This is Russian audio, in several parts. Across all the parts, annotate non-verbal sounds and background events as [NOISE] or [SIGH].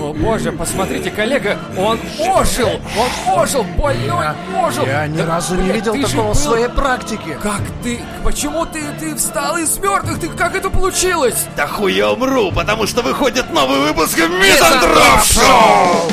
О боже, посмотрите, коллега, он ожил! Он ожил! Больной ожил! Я ни Да, разу не блядь, видел ты же такого в был- своей практике. Как ты? Почему ты, ты встал из мертвых? Ты как это получилось? Да хуй я умру, потому что выходит новый выпуск Мизандроп Шоу!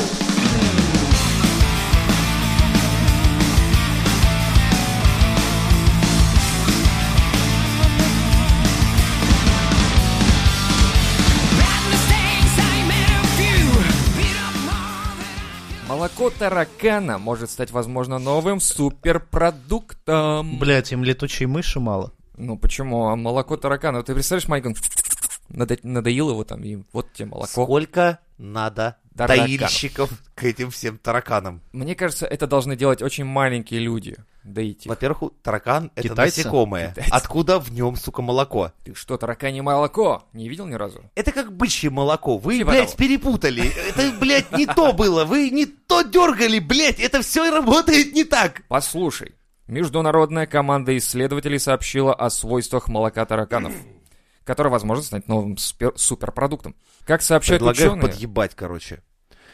Молоко таракана может стать, возможно, новым суперпродуктом. Блять, им летучей мыши мало. Ну почему? А молоко таракана? Ты представляешь, Майк, он надо- надоел его там, и вот тебе молоко. Сколько надо Таракан. таильщиков к этим всем тараканам? Мне кажется, это должны делать очень маленькие люди. Да и типа, Во-первых, у- таракан — это Китайцы? насекомое. Китайцы. Откуда в нем, сука, молоко? ты что, тараканье молоко? Не видел ни разу? Это как бычье молоко. Вы, Типа блядь, того. перепутали. Это, блядь, не то было. Вы не то дергали, блядь. Это все работает не так. Послушай, международная команда исследователей сообщила о свойствах молока тараканов, [CLEARS THROAT] которое возможно стать новым спер- суперпродуктом. Как сообщают Предлагаю ученые, подъебать, короче.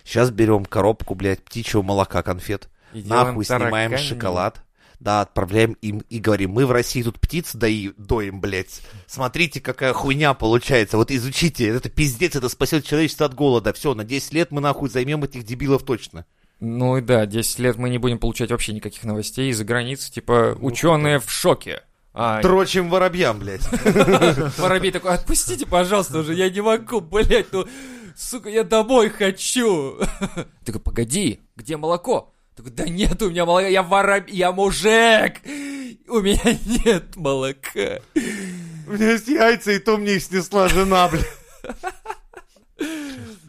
Сейчас берем коробку, блядь, птичьего молока конфет. И делаем Нахуй снимаем таракани. шоколад. Да, отправляем им и говорим, мы в России тут птиц дои- доим, блядь. Смотрите, какая хуйня получается. Вот изучите, это пиздец, это спасет человечество от голода. Все, на 10 лет мы нахуй займем этих дебилов точно. ну и да, 10 лет мы не будем получать вообще никаких новостей из-за границы, типа ученые в шоке. А, Трочим воробьям, блядь. [LAUGHS] воробей такой, отпустите, пожалуйста, уже, я не могу, блять, ну, сука, я домой хочу. [LAUGHS] Такой, погоди, где молоко? Такой, да нет у меня молока, я воробей, я мужик, у меня [LAUGHS] нет молока. У меня есть яйца, и то мне их снесла жена, блядь.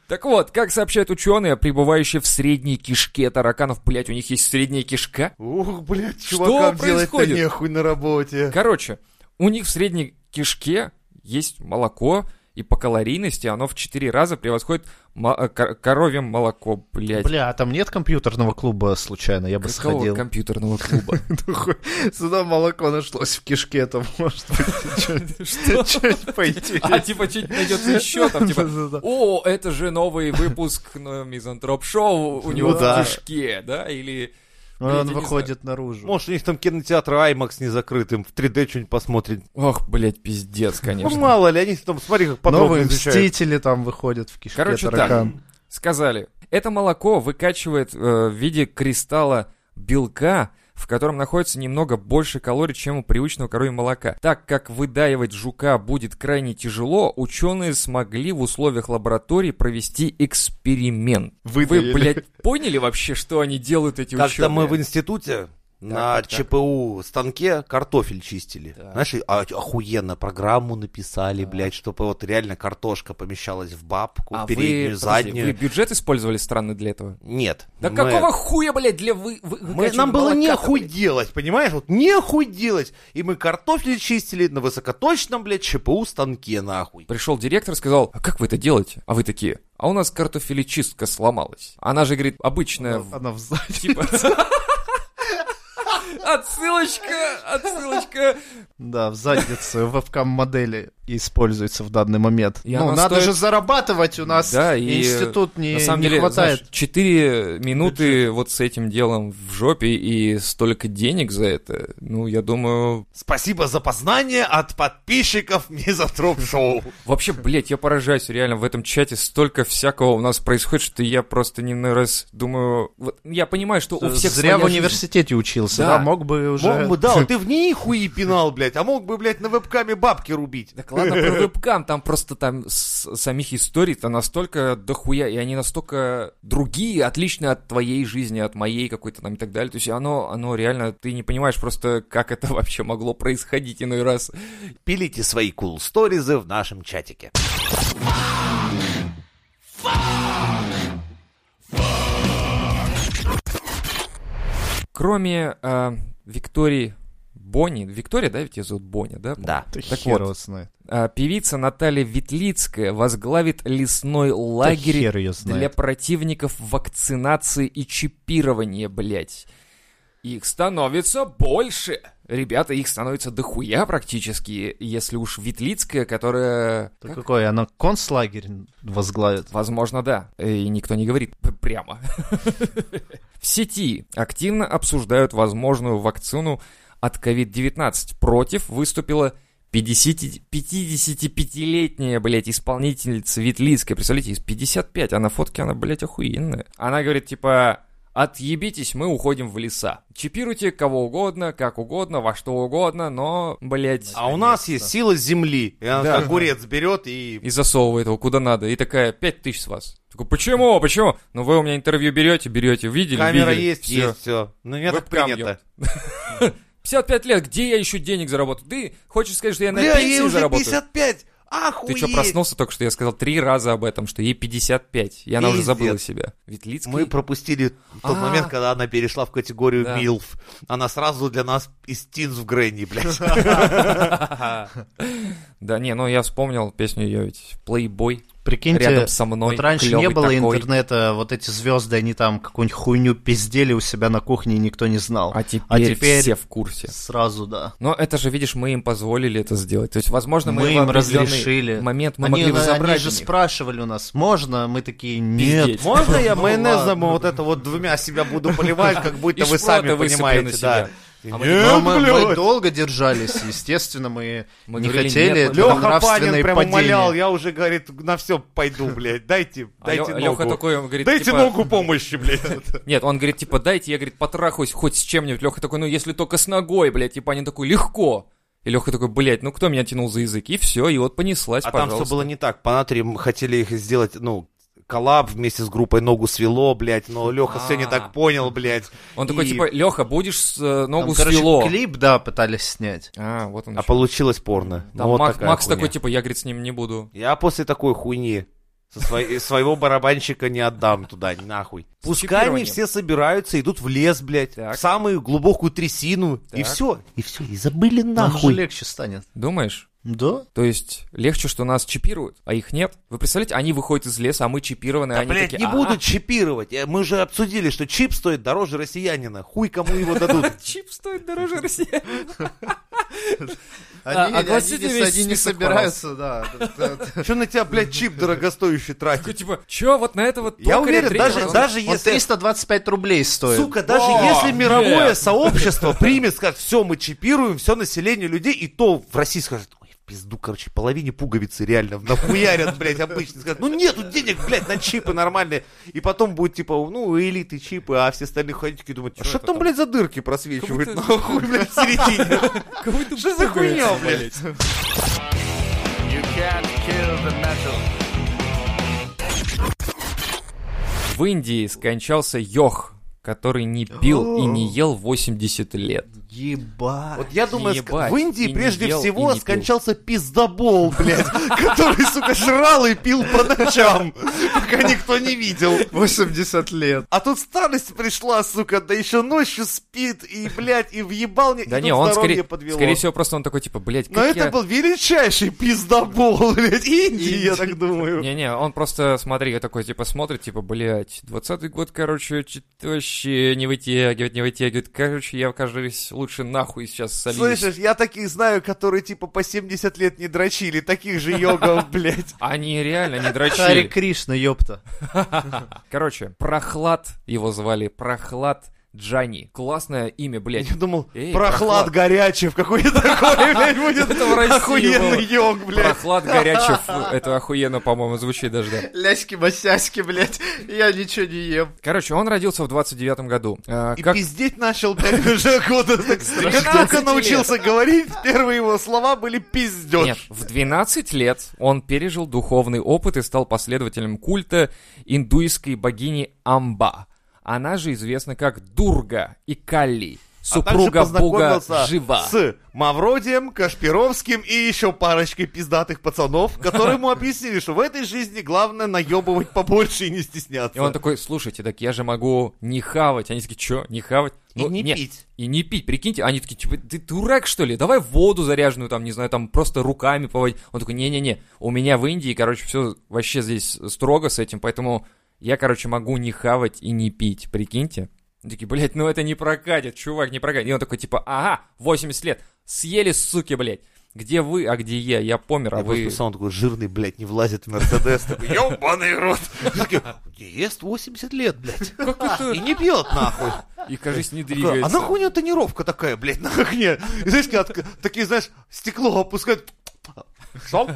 Так вот, как сообщают ученые, пребывающие в средней кишке тараканов, блять, у них есть средняя кишка? Ух, блядь, Что чувакам делать-то происходит? нехуй на работе. Короче, у них в средней кишке есть молоко, и по калорийности оно в 4 раза превосходит мо- э, кор- коровье молоко, блять. Бля, а там нет компьютерного клуба случайно, я бы сходил. [LAUGHS] компьютерного клуба? Сюда молоко нашлось в кишке, это может [LAUGHS] быть Что? что-нибудь пойти. А типа чуть найдется еще там, типа, Да-да-да. о, это же новый выпуск ну, Мизантроп-шоу, у него да. в кишке, да, или... Блядь, я Ну, Он не выходит наружу. Может, у них там кинотеатр IMAX не закрытым, в 3D что-нибудь посмотрит. Ох, блядь, пиздец, Ну, конечно. мало ли, они там, смотри, как подробно Новые изучают. мстители там выходят в кишке Короче, так. таракан. Сказали, это молоко выкачивает э, в виде кристалла белка, в котором находится немного больше калорий, чем у привычного коровьего молока. Так как выдаивать жука будет крайне тяжело, ученые смогли в условиях лаборатории провести эксперимент. Вы, блядь, поняли вообще, что они делают, эти Как-то ученые? мы в институте на так, так. ЧПУ станке картофель чистили. Знаешь, и о- охуенно программу написали, блядь, чтобы вот реально картошка помещалась в бабку, А переднюю, вы, подожди, заднюю. вы бюджет использовали странный для этого? Нет. Да мы- какого хуя, блядь, для вы... вы- Мы, выкачивания нам было молока-то, нехуй блядь? делать, понимаешь? Вот нехуй делать. И мы картофель чистили на высокоточном, блядь, ЧПУ станке, нахуй. Пришел директор, сказал, а как вы это делаете? А вы такие, а у нас картофелечистка сломалась. Она же, говорит, обычная... в- Она в заднице. э, Типа... Отсылочка, отсылочка. [LAUGHS] Да, в задницу вебкам-модели используется в данный момент. И ну, она надо стоит- же зарабатывать, у нас Да, и, А институт не, На самом не деле, хватает. знаешь, 4 минуты вот с этим делом в жопе и столько денег за это. Ну, я думаю, Спасибо за познание от подписчиков Мизотроп Шоу. Вообще, блядь, я поражаюсь, реально, в этом чате столько всякого у нас происходит, что я просто не на раз думаю... Вот, я понимаю, что у всех Зря своя в жизнь. университете учился, Да. да, мог бы уже... Мог [LAUGHS] бы, да, вот ты в ней хуи пинал, блядь, а мог бы, блядь, на вебкаме бабки рубить. Так ладно, про вебкам, там просто там с- самих историй-то настолько дохуя, и они настолько другие, отличные от твоей жизни, от моей какой-то там и так далее. То есть оно, оно реально, ты не понимаешь просто, как это [LAUGHS] вообще могло происходить иной раз. Пилите свои кул сторизы в нашем чатике. Кроме э, Виктории Бонни, Виктория, да, ведь ее зовут Бонни, да? Да. [LAUGHS] Ты Так хер вот. его знает. А, Певица Наталья Ветлицкая возглавит лесной Да лагерь хер ее для знает. противников вакцинации и чипирования, блядь. Их становится больше. Ребята, их становится дохуя практически, если уж Ветлицкая, которая... Да какой? Она концлагерь возглавит. Возможно, да. Э, И никто не говорит п- [LAUGHS] прямо. В сети активно обсуждают возможную вакцину от COVID-19. Против выступила 50 55-летняя, блядь, исполнительница Ветлицкая. Представляете, из 55, а на фотке она, блядь, охуенная. Она говорит, типа, отъебитесь, мы уходим в леса. Чипируйте кого угодно, как угодно, во что угодно, но, блядь... А у нас есть сила земли. И она Да. огурец берет и... и засовывает его куда надо. И такая, пять тысяч с вас. Такой, почему, почему? Ну вы у меня интервью берете, берете, видели, Камера видели. есть, Всё. есть, все. Ну, меня так Вебкам принято. ёб. 55 лет, где я еще денег заработаю? Ты хочешь сказать, что я на Бля, пенсии ей уже заработаю? 55! Ты Охуеть! что, проснулся только что? Я сказал три раза об этом, что ей 55. И она уже Пиздец. забыла себя. Ветлицкий? Мы пропустили тот А. момент, когда она перешла в категорию Да. Милф. Она сразу для нас из Тинс в [LAUGHS] Грэнни, блядь. Да не, ну я вспомнил песню ее ведь. Плейбой Прикиньте, рядом со мной. вот раньше не клёвый было такой. интернета, вот эти звезды, они там какую-нибудь хуйню пиздели у себя на кухне, и никто не знал. А теперь, теперь- все в курсе. [LAUGHS] Сразу, да. Но это же, видишь, мы им позволили это сделать. То есть, возможно, мы, Мы в им определенный разрешили. момент мы они, могли бы они забрать же у них. спрашивали у нас, можно? Мы такие, Пиздеть. нет. Можно [LAUGHS] я Ну майонезом ладно. вот это вот двумя себя буду поливать, как будто И вы шпроты сами высыпали на понимаете, себя. да. А мы- Но мы, мы блядь. долго держались, естественно, мы, Мы не говорили, хотели нет, это Лёха Леха нравственное Панин прям падение. умолял, я уже, говорит, на все пойду, блядь, дайте, А дайте Лё- Лёха ногу. такой, он говорит, Дайте типа, ногу помощи, блядь. Нет, он говорит, типа, дайте, я, говорит, потрахаюсь хоть с чем-нибудь. Леха такой, ну, если только с ногой, блядь. Типа, они такой, легко. И Леха такой, блядь, ну, кто меня тянул за язык? И все, и вот понеслась, А там пожалуйста. все было не так. По натриям хотели их сделать, ну, коллаб вместе с группой «Ногу свело», блядь, но Леха все не А. так понял, блядь. Он такой, И- типа, Леха, будешь с, э, Там, ногу короче, свело? клип, да, пытались снять. А, вот он. А ещё. получилось порно. Там Ну, вот Мак- такая Макс хуйня. такой, типа, я, говорит, с ним не буду. Я после такой хуйни со своей- своего барабанщика не отдам туда, нахуй. С Пускай они чипированием. все собираются, идут в лес, блядь, Так. в самую глубокую трясину, и Так. все. И все, и забыли Нам же нахуй. легче станет. Думаешь? Да? То есть легче, что нас чипируют, а их нет. Вы представляете, они выходят из леса, а мы чипированы, а Да, они блядь, такие, не «А, будут чипировать. Э, Мы же обсудили, что чип стоит дороже россиянина. Хуй кому его [LAUGHS] дадут. Чип стоит дороже России. Они, А, они огласите не- весь они не список, собираются, [LAUGHS] да. да, да. Че на тебя, блядь, чип дорогостоящий Такой, тратит? типа, чё, вот на это вот Я токаря уверен, третьего даже, раза?» даже Он если... 325 рублей стоит. Сука, даже О, если мировое нет. сообщество примет, скажет, все, мы чипируем, все население людей, и то в России скажет, ой, в пизду, короче, половине пуговицы реально нахуярят, блядь, обычно. Скажут, ну нету денег, блядь, на чипы нормальные. И потом будет, типа, ну, у элиты чипы, а все остальные ходики думают, а что это там, там?» блядь, за дырки просвечивают Как будто- нахуй, блядь, в [LAUGHS] середине? Как будто Что пуговица, за хуйня, блядь? В Индии скончался Йох, который не пил и не ел 80 лет. Ебать. Вот я думаю, ск- Ебать, в и Индии не прежде ел, и всего не пил. скончался пиздобол, блядь, [LAUGHS] который, сука, жрал и пил по ночам, [LAUGHS] пока никто не видел. 80 лет. А тут старость пришла, сука, да еще ночью спит, и, блядь, и въебал мне, Да и не, тут он здоровье скорее, подвело. скорее всего просто он такой типа, блядь, как Но это я... [LAUGHS] был величайший пиздобол, [LAUGHS] блядь, Индии, я так думаю. Не-не, он просто, смотри, я такой, типа, смотрит, типа, блядь, 20-й год, короче, чё-то вообще не вытягивает, не вытягивает. Короче, я, кажется, лучше нахуй сейчас солюсь. Слышишь, я таких знаю, которые типа по 70 лет не дрочили, таких же йогов, [LAUGHS] блядь. Они реально [LAUGHS] не Хари дрочили. Кришна, ёпта. Короче, Прохлад его звали, Прохлад Джани. Классное имя, [LAUGHS] блядь. Я думал, Эй, прохлад прохлад. горячев, какой [LAUGHS] такой, блядь, будет Это в России было. охуенный йог, блядь. Прохлад Горячев, [LAUGHS] это охуенно, по-моему, звучит даже, да. Ляськи-масяськи, блядь, я ничего не ем. Короче, он родился в 29-м году. А, И как- пиздеть начал, блядь, уже года. так. Как только 13 научился говорить, первые его слова были пиздёж. Нет, в 12 лет он пережил духовный опыт и стал последователем культа индуистской богини Амба. Она же известна как Дурга и Калли, супруга а также бога познакомился Жива. с Мавродием, Кашпировским и еще парочкой пиздатых пацанов, которые ему объяснили, что в этой жизни главное наебывать побольше и не стесняться. И он такой, слушайте, так я же могу не хавать. Они такие, что, не хавать? И не «Ну, нет, пить. И не пить, прикиньте. Они такие, типа, ты дурак, что ли? Давай воду заряженную, там, не знаю, там, просто руками поводить. Он такой, не-не-не, у меня в Индии, короче, все вообще здесь строго с этим, поэтому я, короче, могу не хавать и не пить, прикиньте. Они такие, блядь, ну это не прокатит, чувак, не прокатит. И он такой, типа, ага, 80 лет, съели, суки, блядь. Где вы, а где я? Я помер, а Я просто вы... сам такой жирный, блядь, не влазит в Мерседес. Такой, ебаный рот. Я такой, «Не ест 80 лет, блядь. Как И это? [LAUGHS] не пьет, нахуй. И, кажись, не Такой, А двигается. нахуй у него тонировка такая, блядь, на окне? И знаешь, когда отк- такие, знаешь, стекло опускают. Что?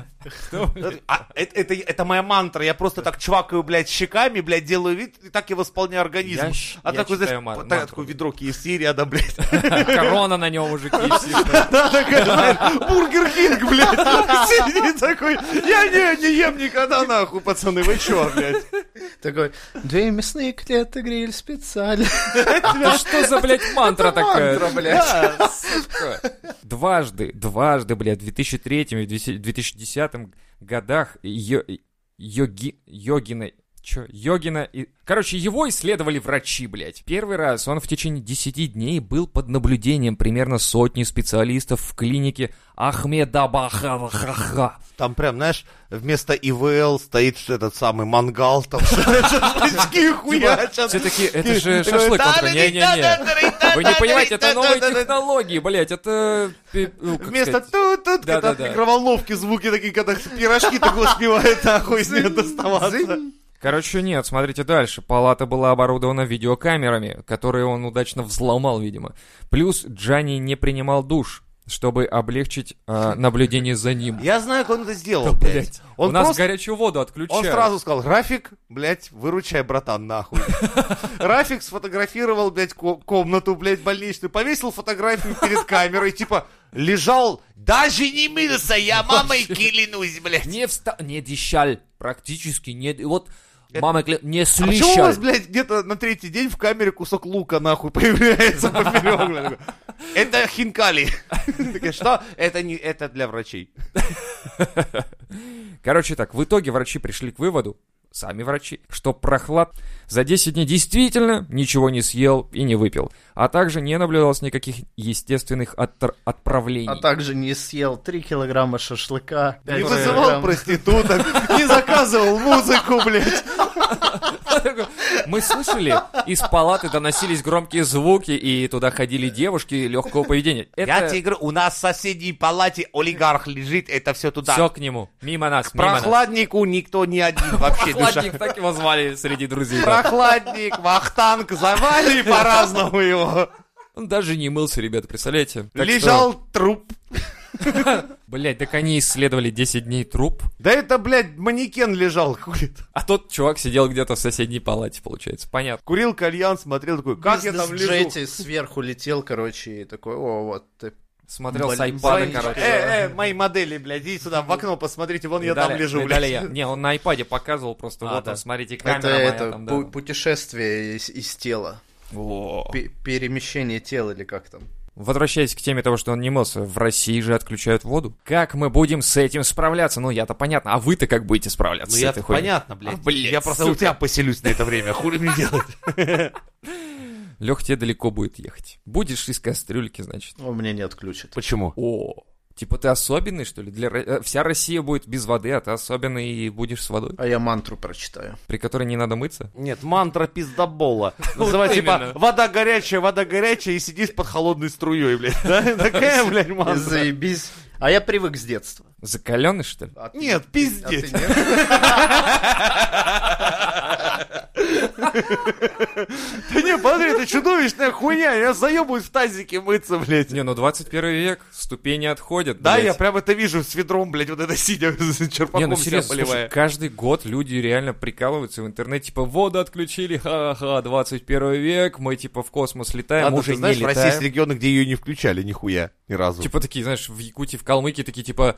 А, это, это- это моя мантра. Я просто так чвакаю, блядь, щеками, блядь, делаю вид, и так я восполняю организм. Я щ- а я такой, читаю знаешь, ман- так- мантру. такое ведро KFC рядом, блядь. [LAUGHS] Корона на нем уже, KFC, что ли? Да, такая, знаешь, Бургер Кинг, блядь, сидит такой, я не, не ем никогда, нахуй, пацаны, вы чё, блядь? Такой, две мясные клеты, гриль специально. Это что за, блядь, мантра такая? мантра, блядь. Да, сука. Дважды, дважды, блядь, в 2003 и в 2010 годах Йо- Йоги- Йогина... Чё? Йогина и... Короче, его исследовали врачи, блядь. Первый раз он в течение 10 дней был под наблюдением примерно сотни специалистов в клинике Ахмедабаха. Там прям, знаешь, вместо ИВЛ стоит что этот самый мангал, там [LAUGHS] шашлычки хуячат. Все-таки Типа, это же Такой, шашлык. Он такой, Не-не-не. «Да-да-да-да-да-да-да-да-да-да-да-да-да-да-да-да-да-да-да». Вы не понимаете, это новые технологии, блядь, это... пи- ну, как Вместо сказать, тут-тут, когда Да-да-да. в микроволновке звуки такие, когда пирожки так успевают нахуй с нее доставаться. Короче, нет, смотрите дальше. Палата была оборудована видеокамерами, которые он удачно взломал, видимо. Плюс Джани не принимал душ, чтобы облегчить э, наблюдение за ним. Я знаю, как он это Да, сделал, блядь. блядь, Он У нас просто- горячую воду отключают. Он сразу сказал, Рафик, блядь, выручай, братан, нахуй. Рафик сфотографировал, блядь, ко- комнату, блядь, больничную, повесил фотографию перед камерой, типа, лежал, даже не мылся, я мамой клянусь, блядь. Не встал, не дещал, практически не... Вот, мама, кля- не А почему у слышал. вас, блядь, где-то на третий день в камере кусок лука, нахуй, [LAUGHS] появляется поперек, блядь? Это хинкали. [LAUGHS] Такая, Что? Это не, это для врачей. Короче так, в итоге врачи пришли к выводу, сами врачи, что прохлад за 10 дней действительно ничего не съел и не выпил, а также не наблюдалось никаких естественных оттр- отправлений. А также не съел 3 килограмма шашлыка. Не пять вызывал килограмм- проституток, не заказывал музыку, блядь. [LAUGHS] Мы слышали, из палаты доносились громкие звуки, и туда ходили девушки легкого поведения. Я Это тебе говорю, у нас в соседней палате олигарх лежит, это все туда. все к нему, мимо нас, мимо нас. Прохладнику никто не один вообще душа. Прохладник, так его звали среди друзей. да. Прохладник, [LAUGHS] вахтанг, завали по-разному его. Он даже не мылся, ребята, представляете? Так Лежал труп. что, Блядь, так они исследовали 10 дней труп, Да это, блядь, манекен лежал, [LAUGHS] хули. а тот чувак сидел где-то в соседней палате, получается. Понятно. Курил кальян, смотрел такой, как я там лежу. Бизнес-джете сверху летел, короче, и такой, о, вот ты. Смотрел Блин, с айпада, блин, короче. Э, э, мои модели, блядь, идите сюда в окно, посмотрите, вон я там Видали? лежу, Видали [LAUGHS] блядь. я? Не, он на айпаде показывал просто, А, вот да. он, смотрите, камера Это, моя это, там, да. пу- путешествие из, из тела. Во. Пе- перемещение тела или как там. Возвращаясь к теме того, что он не мылся, в России же отключают воду. Как мы будем с этим справляться? Ну, я-то понятно, а вы-то как будете справляться Ну с я этой хуйней? понятно, блядь. А, блядь, я просто у сука. тебя поселюсь на это время, хули мне делать? Лех, тебе далеко будет ехать. Будешь из кастрюльки, значит. О, мне не отключат. Почему? О, типа ты особенный, что ли? Для... Ро- э, Вся Россия будет без воды, а ты особенный и будешь с водой, А я мантру прочитаю. при которой не надо мыться? Нет, [LAUGHS] мантра пиздобола. Называй, типа, именно. вода горячая, вода горячая, и сидишь под холодной струей, блядь. Да? [LAUGHS] Такая, блядь, И мантра. Заебись. А я привык с детства. Закаленный, что ли? А ты- Нет, а ты пиздец. нет? Да не, смотри, это чудовищная хуйня, я заебываюсь в тазике мыться, блядь. Не, ну 21 век, ступени отходят. Да, блядь. я прям это вижу с ведром, блядь, вот это сидя, [LAUGHS] с Не, черпаком ну себя серьезно, слушай, поливая. каждый год люди реально прикалываются в интернете, типа, воду отключили, ха-ха, 21 век, мы, типа, в космос летаем, Ладно, уже ты знаешь, не в России есть летаем. регионы, где ее не включали нихуя ни разу. Типа такие, знаешь, в Якутии, в Калмыкии такие, типа,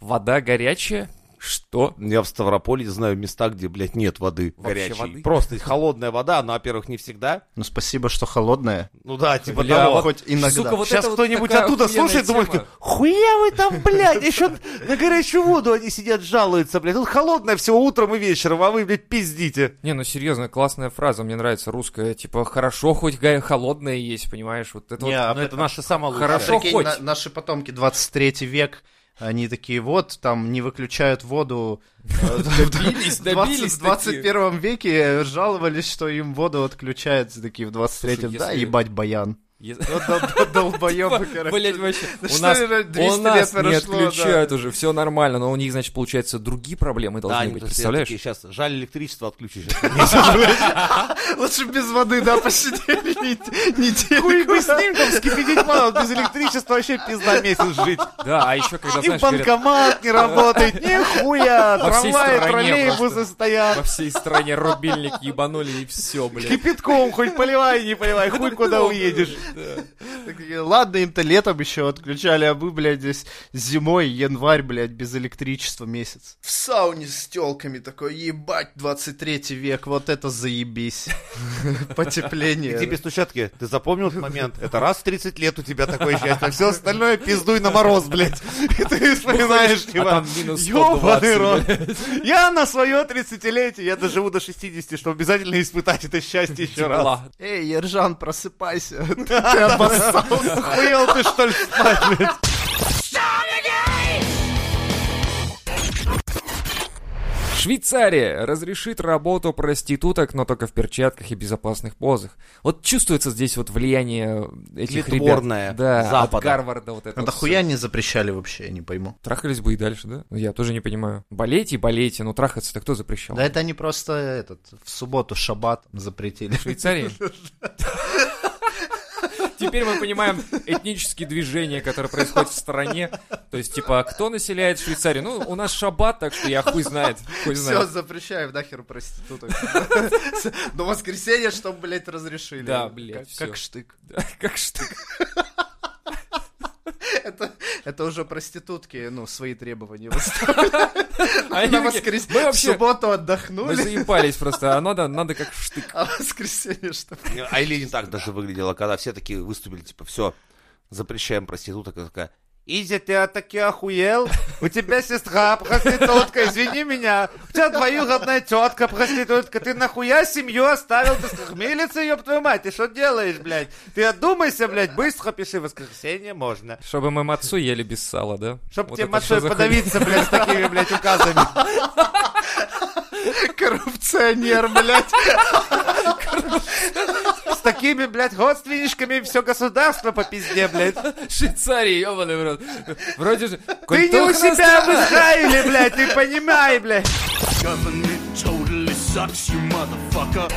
вода горячая? Что? Я в Ставрополе знаю места, где, блядь, нет воды Вообще горячей. воды? Просто холодная вода, она, во-первых, не всегда. [LAUGHS] Ну спасибо, что холодная. Ну да, типа Бля, того. вот Хоть иногда. сука, вот Сейчас это вот кто-нибудь такая оттуда охуенная слушает, думает, тема. хуя вы там, блядь, еще на горячую воду они сидят, жалуются, блядь. Тут холодное все утром и вечером, а вы, блядь, пиздите. Не, ну серьезно, классная фраза, мне нравится русская, типа, хорошо, хоть га- холодная [LAUGHS] Ну, есть, есть, понимаешь, вот это Не, вот. а это наша самая хорошо Прикинь, хоть. на- наши потомки 23 век Они такие, вот, там не выключают воду. [LAUGHS] Добились, В 20 добились в 21 веке жаловались, что им воду отключают. Такие в 23-м, Слушай, да, если- [LAUGHS] ебать, баян. Типа, такие. Долбоебы, Блять, вообще. Да У что нас, же 200 у нас лет не прошло, да. отключают уже, все нормально, но у них, значит, получается, другие проблемы должны быть, представляешь? сейчас, жаль, электричество отключишь. а Лучше без воды, да, посидели не- недельку. Хуй бы с ним, там, вскипятить мало, без электричества вообще пизда месяц жить. Да, а еще когда, И знаешь, говорят, банкомат не работает, нихуя, Во всей трамваи, стране троллейбусы просто. во стоят. всей стране рубильник ебанули и все, блядь. Кипятком хоть поливай, не поливай, хуй [LAUGHS] куда уедешь. Такие, Ладно, им-то летом еще отключали, а вы, блядь, здесь зимой, январь, блядь, без электричества месяц. В сауне с телками такой, ебать, 23 век, вот это [LAUGHS] заебись. И тебе Потепление. стучат, такие, ты запомнил этот момент? Это раз в 30 лет у тебя такое счастье, а все остальное пиздуй на мороз, блядь. [LAUGHS] И ты вспоминаешь, А типа, там минус ёбаный 120, рот. блядь. Я на свое 30-летие, я доживу до 60, чтобы обязательно испытать это счастье Типа, еще раз. Тепла. Эй, Ержан, просыпайся. Ты обоссался. Хуел ты, что ли, спать, блядь? Швейцария разрешит работу проституток, но только в перчатках и безопасных позах. Вот чувствуется здесь вот влияние этих Литворное ребят. Да, от Запада. Гарварда вот это. Это вот хуя не запрещали вообще, я не пойму. всё. Трахались бы и дальше, да? Ну, Я тоже не понимаю. Болейте и болейте, но трахаться-то кто запрещал? Да это они просто этот, в субботу, шаббат [LAUGHS] запретили. В Швейцарии? [LAUGHS] Теперь мы понимаем этнические движения, которые происходят в стране. То есть, типа, а кто населяет Швейцарию? Ну, у нас шаббат, так что я хуй знает. Хуй Все, знает. [LAUGHS] запрещаем нахер проституток. [LAUGHS] До воскресенья, чтобы, блядь, разрешили. Да, блядь, Как- всё. Как штык. Да, Как что? Это, это уже проститутки, ну, [LAUGHS] свои требования. выставляют. Они такие, На воскрес... Мы В вообще субботу мы отдохнули, заебались просто, а надо, надо как штык. а в воскресенье что? А или не так даже выглядело, когда все такие выступили, типа, все, запрещаем проституток, и такая, Изя, ты таки охуел? У тебя сестра проститутка, извини меня. У тебя двоюродная тетка проститутка. Ты нахуя семью оставил? Ты схмелится, ёб твою мать. Ты что делаешь, блядь? Ты отдумайся, блядь, быстро пиши. Воскресенье можно. Чтобы мы мацу ели без сала, да? Чтоб Вот тебе это что мочой за хуйня? [LAUGHS] подавиться, блядь, с такими, блядь, [LAUGHS] указами. Коррупционер, блядь. С такими, блядь, родственничками все государство по пизде, блядь. Швейцария, ебаный в рот. Вроде же... Ты не у культурная себя в Израиле, блядь, ты понимай, блядь. Government totally sucks, you motherfucker.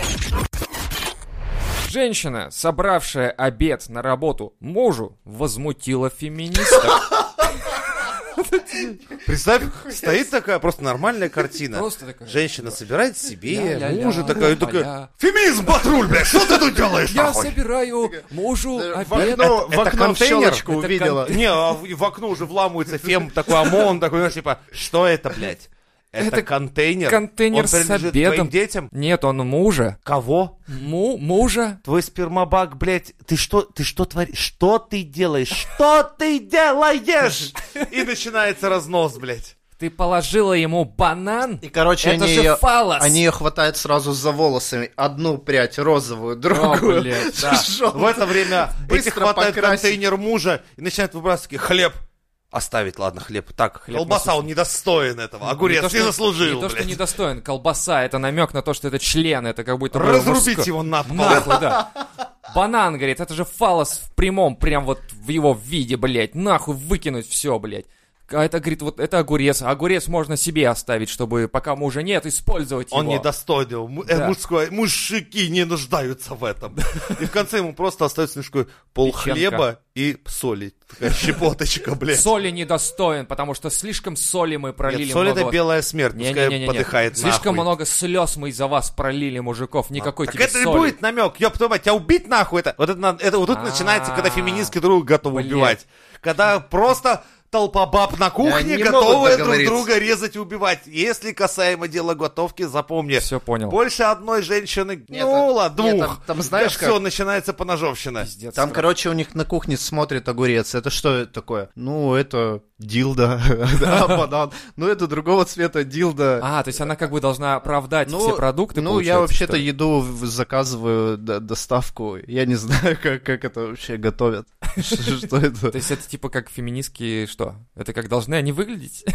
Женщина, собравшая обед на работу мужу, возмутила феминисток. Представь, стоит такая просто нормальная картина. Просто такая. Женщина собирает себе, Ля-ля-ля, мужа такая, и ля-ля. такая, феминизм, патруль, блядь, что ты тут делаешь, Я нахуй? собираю мужу В обед. окно, в это окно в контейнер? щелочку Это увидела. Не, а в в окно уже вламывается фем, такой ОМОН, такой, знаешь, типа, что это, блядь? Это Это контейнер. контейнер Он с принадлежит обедом. твоим детям. Нет, он мужа. Кого? Му мужа. Твой спермобак, блядь, ты что, ты что творишь? Что ты делаешь? Что ты делаешь? И начинается разнос, блядь. Ты положила ему банан? И, короче, Это они, же ее, фалос. они ее хватают сразу за волосами. Одну прядь розовую, О, другую. блядь, да. [LAUGHS] жёлтую. В это время Быстро эти хватает покрасить. контейнер мужа и начинают выбрасывать такие, хлеб. Оставить, ладно, хлеб. Так, Хлеб колбаса, он недостоин этого. Огурец, то, не, что- заслужил, Не то, что блядь. недостоин. Колбаса, это намек на то, что это член. Это как будто... бы Разрубить мужско- его нахуй. Нахуй, да. Банан, говорит, это же фалос в прямом, прям вот в его виде, блядь. Нахуй выкинуть все, блядь. А это, говорит, вот это огурец. А Огурец можно себе оставить, чтобы пока мужа нет, использовать Он его. недостоин. его. Му- э, Типа, Да. мужской- мужики не нуждаются в этом. И в конце ему просто остается немножко пол Печенка. хлеба и соли. Такая щепоточка, блядь. Соли недостоин, потому что слишком соли мы пролили. Нет, соль много это вас- белая смерть, пускай Не-не-не-не-не. подыхает Слишком нахуй. много слез мы из-за вас пролили, мужиков. Никакой так тебе это и соли. будет намек, ёб твою мать, тебя убить нахуй это. Вот это, надо- это вот тут А-а-а. начинается, когда феминистки друг друга готовы Блин. убивать. Когда просто толпа баб на кухне они не готовы могут друг договориться. друга резать и убивать. Если касаемо дела готовки, запомни. Все понял. Больше одной женщины, Нет, ну там- ладно, двух. нет, там- там знаешь как? Все, начинается поножовщина. Пиздец. Там, короче, у них на кухне смотрит огурец. Это что это такое? Ну, это дилда. [LAUGHS] [LAUGHS] Да, банан. Ну, это другого цвета дилда. А, то есть она как бы должна оправдать все продукты, Ну, я получается, вообще-то что ли? [LAUGHS] [LAUGHS] еду в- заказываю д- доставку. Я не знаю, как, как это вообще готовят. Что что это? То есть это типа как феминистки что? Это как должны они выглядеть?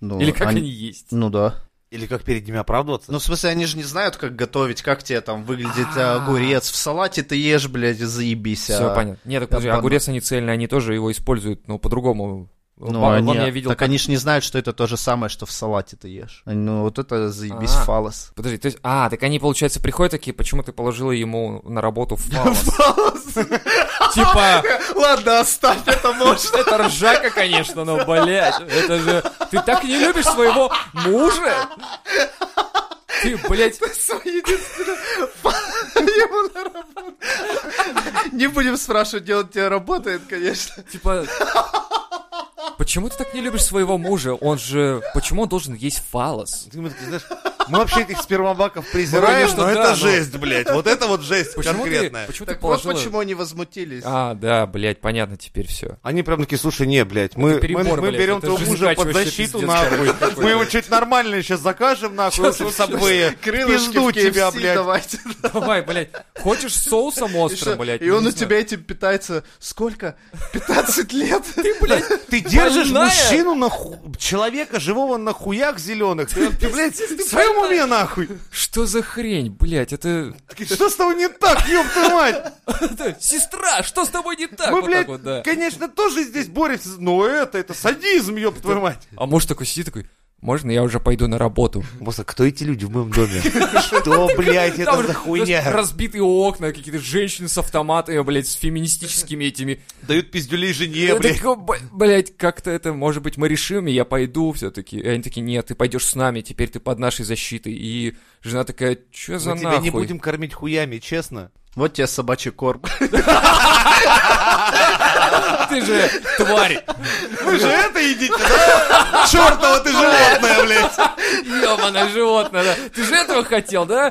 Ну, Или как они есть? Ну да. Или как перед ними оправдываться? Ну, в смысле, они же не знают, как готовить, как тебе там выглядит э, А. огурец. В салате ты ешь, блядь, и заебись. Все а- понятно. Нет, так там подожди, банан. огурец они цельные, они тоже его используют, но по-другому. Ну, Вон- они- вон я видел, так как- они же не знают, что это то же самое, что в салате ты ешь. Они, Ну, вот это заебись А. фалос. Подожди, то есть, а, так они, получается, приходят такие, почему ты положила ему на работу фалос? Типа, Ладно, оставь это, может. это ржака, конечно, но, блядь, это же... Ты так не любишь своего мужа? Ты, блядь, Не будем спрашивать, делать тебе работает, конечно. типа... Почему ты так не любишь своего мужа? Он же... Почему он должен есть фалос? Ты, ты знаешь, [LAUGHS] Мы вообще этих спермобаков презираем, Ну, конечно, но да, Ну, это но- жесть, блядь. Вот это вот жесть Почему ты, конкретная. почему ты Так вот положила... почему они возмутились. А, да, блядь, понятно теперь все. Они прям такие, слушай, не, блядь, мы, перебор, мы- мы блядь, берем это твоего жизнь мужа под качивающая защиту, пиздец, нахуй. короче, какой-то. Мы его чуть нормально сейчас закажем, нахуй, уж в сабвее. В Крылышки Пизду в тебя, KFC блядь. давайте. Давай, блядь, хочешь с соусом И что, острым, блядь? И он Не у знаю. тебя этим питается сколько? 15 лет? Ты, блядь, Ты держишь Больная? мужчину на ху- человека живого на хуях зеленых. Ты, ты, блядь, ты в своем уме нахуй. что за хрень, блядь, это... Что с тобой не так, ёб твою мать? Это, Сестра, что с тобой не так? Мы, Вот блядь, так вот, да. конечно, тоже здесь боремся. Но это, это садизм, ёб твою мать. А муж такой сидит, такой, можно я уже пойду на работу? Босса, кто эти люди в моем доме? [LAUGHS] Что, блядь, Там это же, за знаешь, хуйня? Разбитые окна, какие-то женщины с автоматами, блядь, с феминистическими этими. Дают пиздюлей жене, Я такой, «Б- блядь, как-то это, может быть, мы решим, и я пойду все-таки. И они такие, нет, ты пойдешь с нами, теперь ты под нашей защитой. И жена такая, что за Мы тебя нахуй? не будем кормить хуями, честно. Вот тебе собачий корм. «А Ты [LAUGHS] же тварь! Вы же это едите, да? Чёртово ты животное, блядь. Ёбаное животное, да. Ты же этого хотел, да?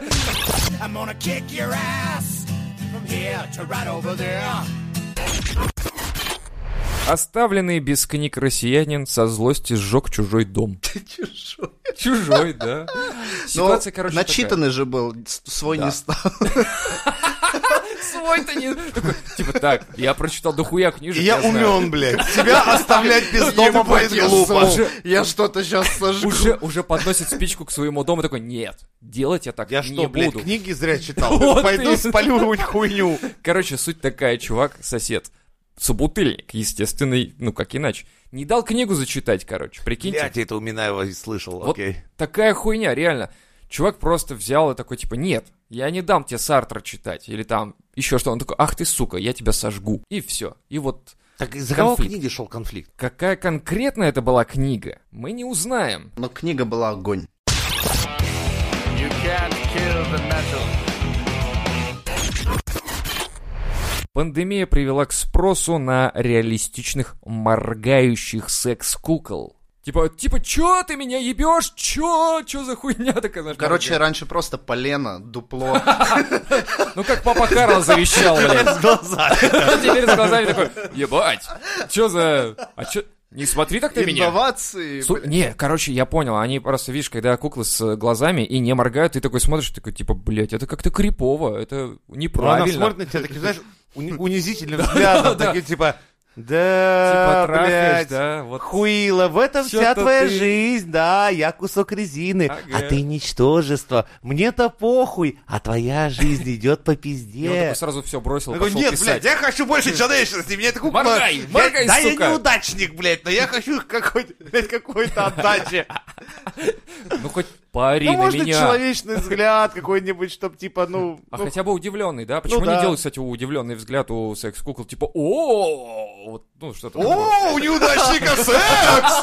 I'm gonna kick your ass from here to right over there. Оставленный без книг россиянин со злости сжег чужой [LAUGHS] дом. Чужой, да. Ситуация, Ну, короче, Начитанный же был, с- свой не стал. такая. Свой-то не... Такой, Типа так, я прочитал дохуя книжек, Я знаю. умен, блядь. Тебя оставлять без дома будет я глупо. сожгу. Я что-то сейчас сожгу. Уже, уже подносит спичку к своему дому, такой, нет, делать я так Я не что, блядь, буду. книги зря читал? Вот Пойду именно. спалю какую-нибудь хуйню. Короче, суть такая, чувак, сосед, собутыльник, естественный, ну как иначе, не дал книгу зачитать, короче, прикиньте. Блядь, я это у Минаева и слышал, Вот окей. такая хуйня, реально. Чувак просто взял и такой, типа, нет, я не дам тебе Сартра читать, или там еще что. Он такой, ах ты, сука, я тебя сожгу. И все. И вот Так из-за кого кого конфликт. книги шел конфликт? какая конкретно это была книга, мы не узнаем. Но книга была огонь. You can't kill the metal. Пандемия привела к спросу на реалистичных моргающих секс-кукол. Типа, типа, чё ты меня ебешь? Чё? Чё за хуйня такая? знаешь, Короче, раньше просто полено, дупло. [LAUGHS] моргающая? ну как папа Карл завещал, блядь. С глаза. А теперь с глазами такой, ебать, чё за... А чё... Не смотри так на меня. Инновации. Су- блин. Не, короче, я понял, они просто, видишь, когда куклы с э, глазами и не моргают, ты такой смотришь, такой, типа, блядь, это как-то крипово, это Ну, Она неправильно. смотрит на тебя таким, знаешь, [LAUGHS] уни- унизительным взглядом, Да. таким типа... типа, Да, трахаешь, блядь, да, вот. Хуила, в этом Чё-то вся твоя ты- жизнь, да, я кусок резины, Ага. а ты ничтожество, мне-то похуй, а твоя жизнь идет [LAUGHS] по И он такой пизде. сразу все бросил, Я пошел говорю, нет, писать. блядь, я хочу больше человечности, меня это кукла... Моргай, Я- моргай, Да, я сука. неудачник, блядь, но я хочу какой-то, [LAUGHS] блядь, какой-то [LAUGHS] отдачи. Ну хоть пари Ну, на можно меня. человечный взгляд какой-нибудь, чтоб, типа, ну... А ну, хотя бы удивленный, да? Почему не да. делают, кстати, удивленный взгляд у секс-кукол? Типа, о вот, ну что-то такое. О, [LAUGHS] у неудачника секс!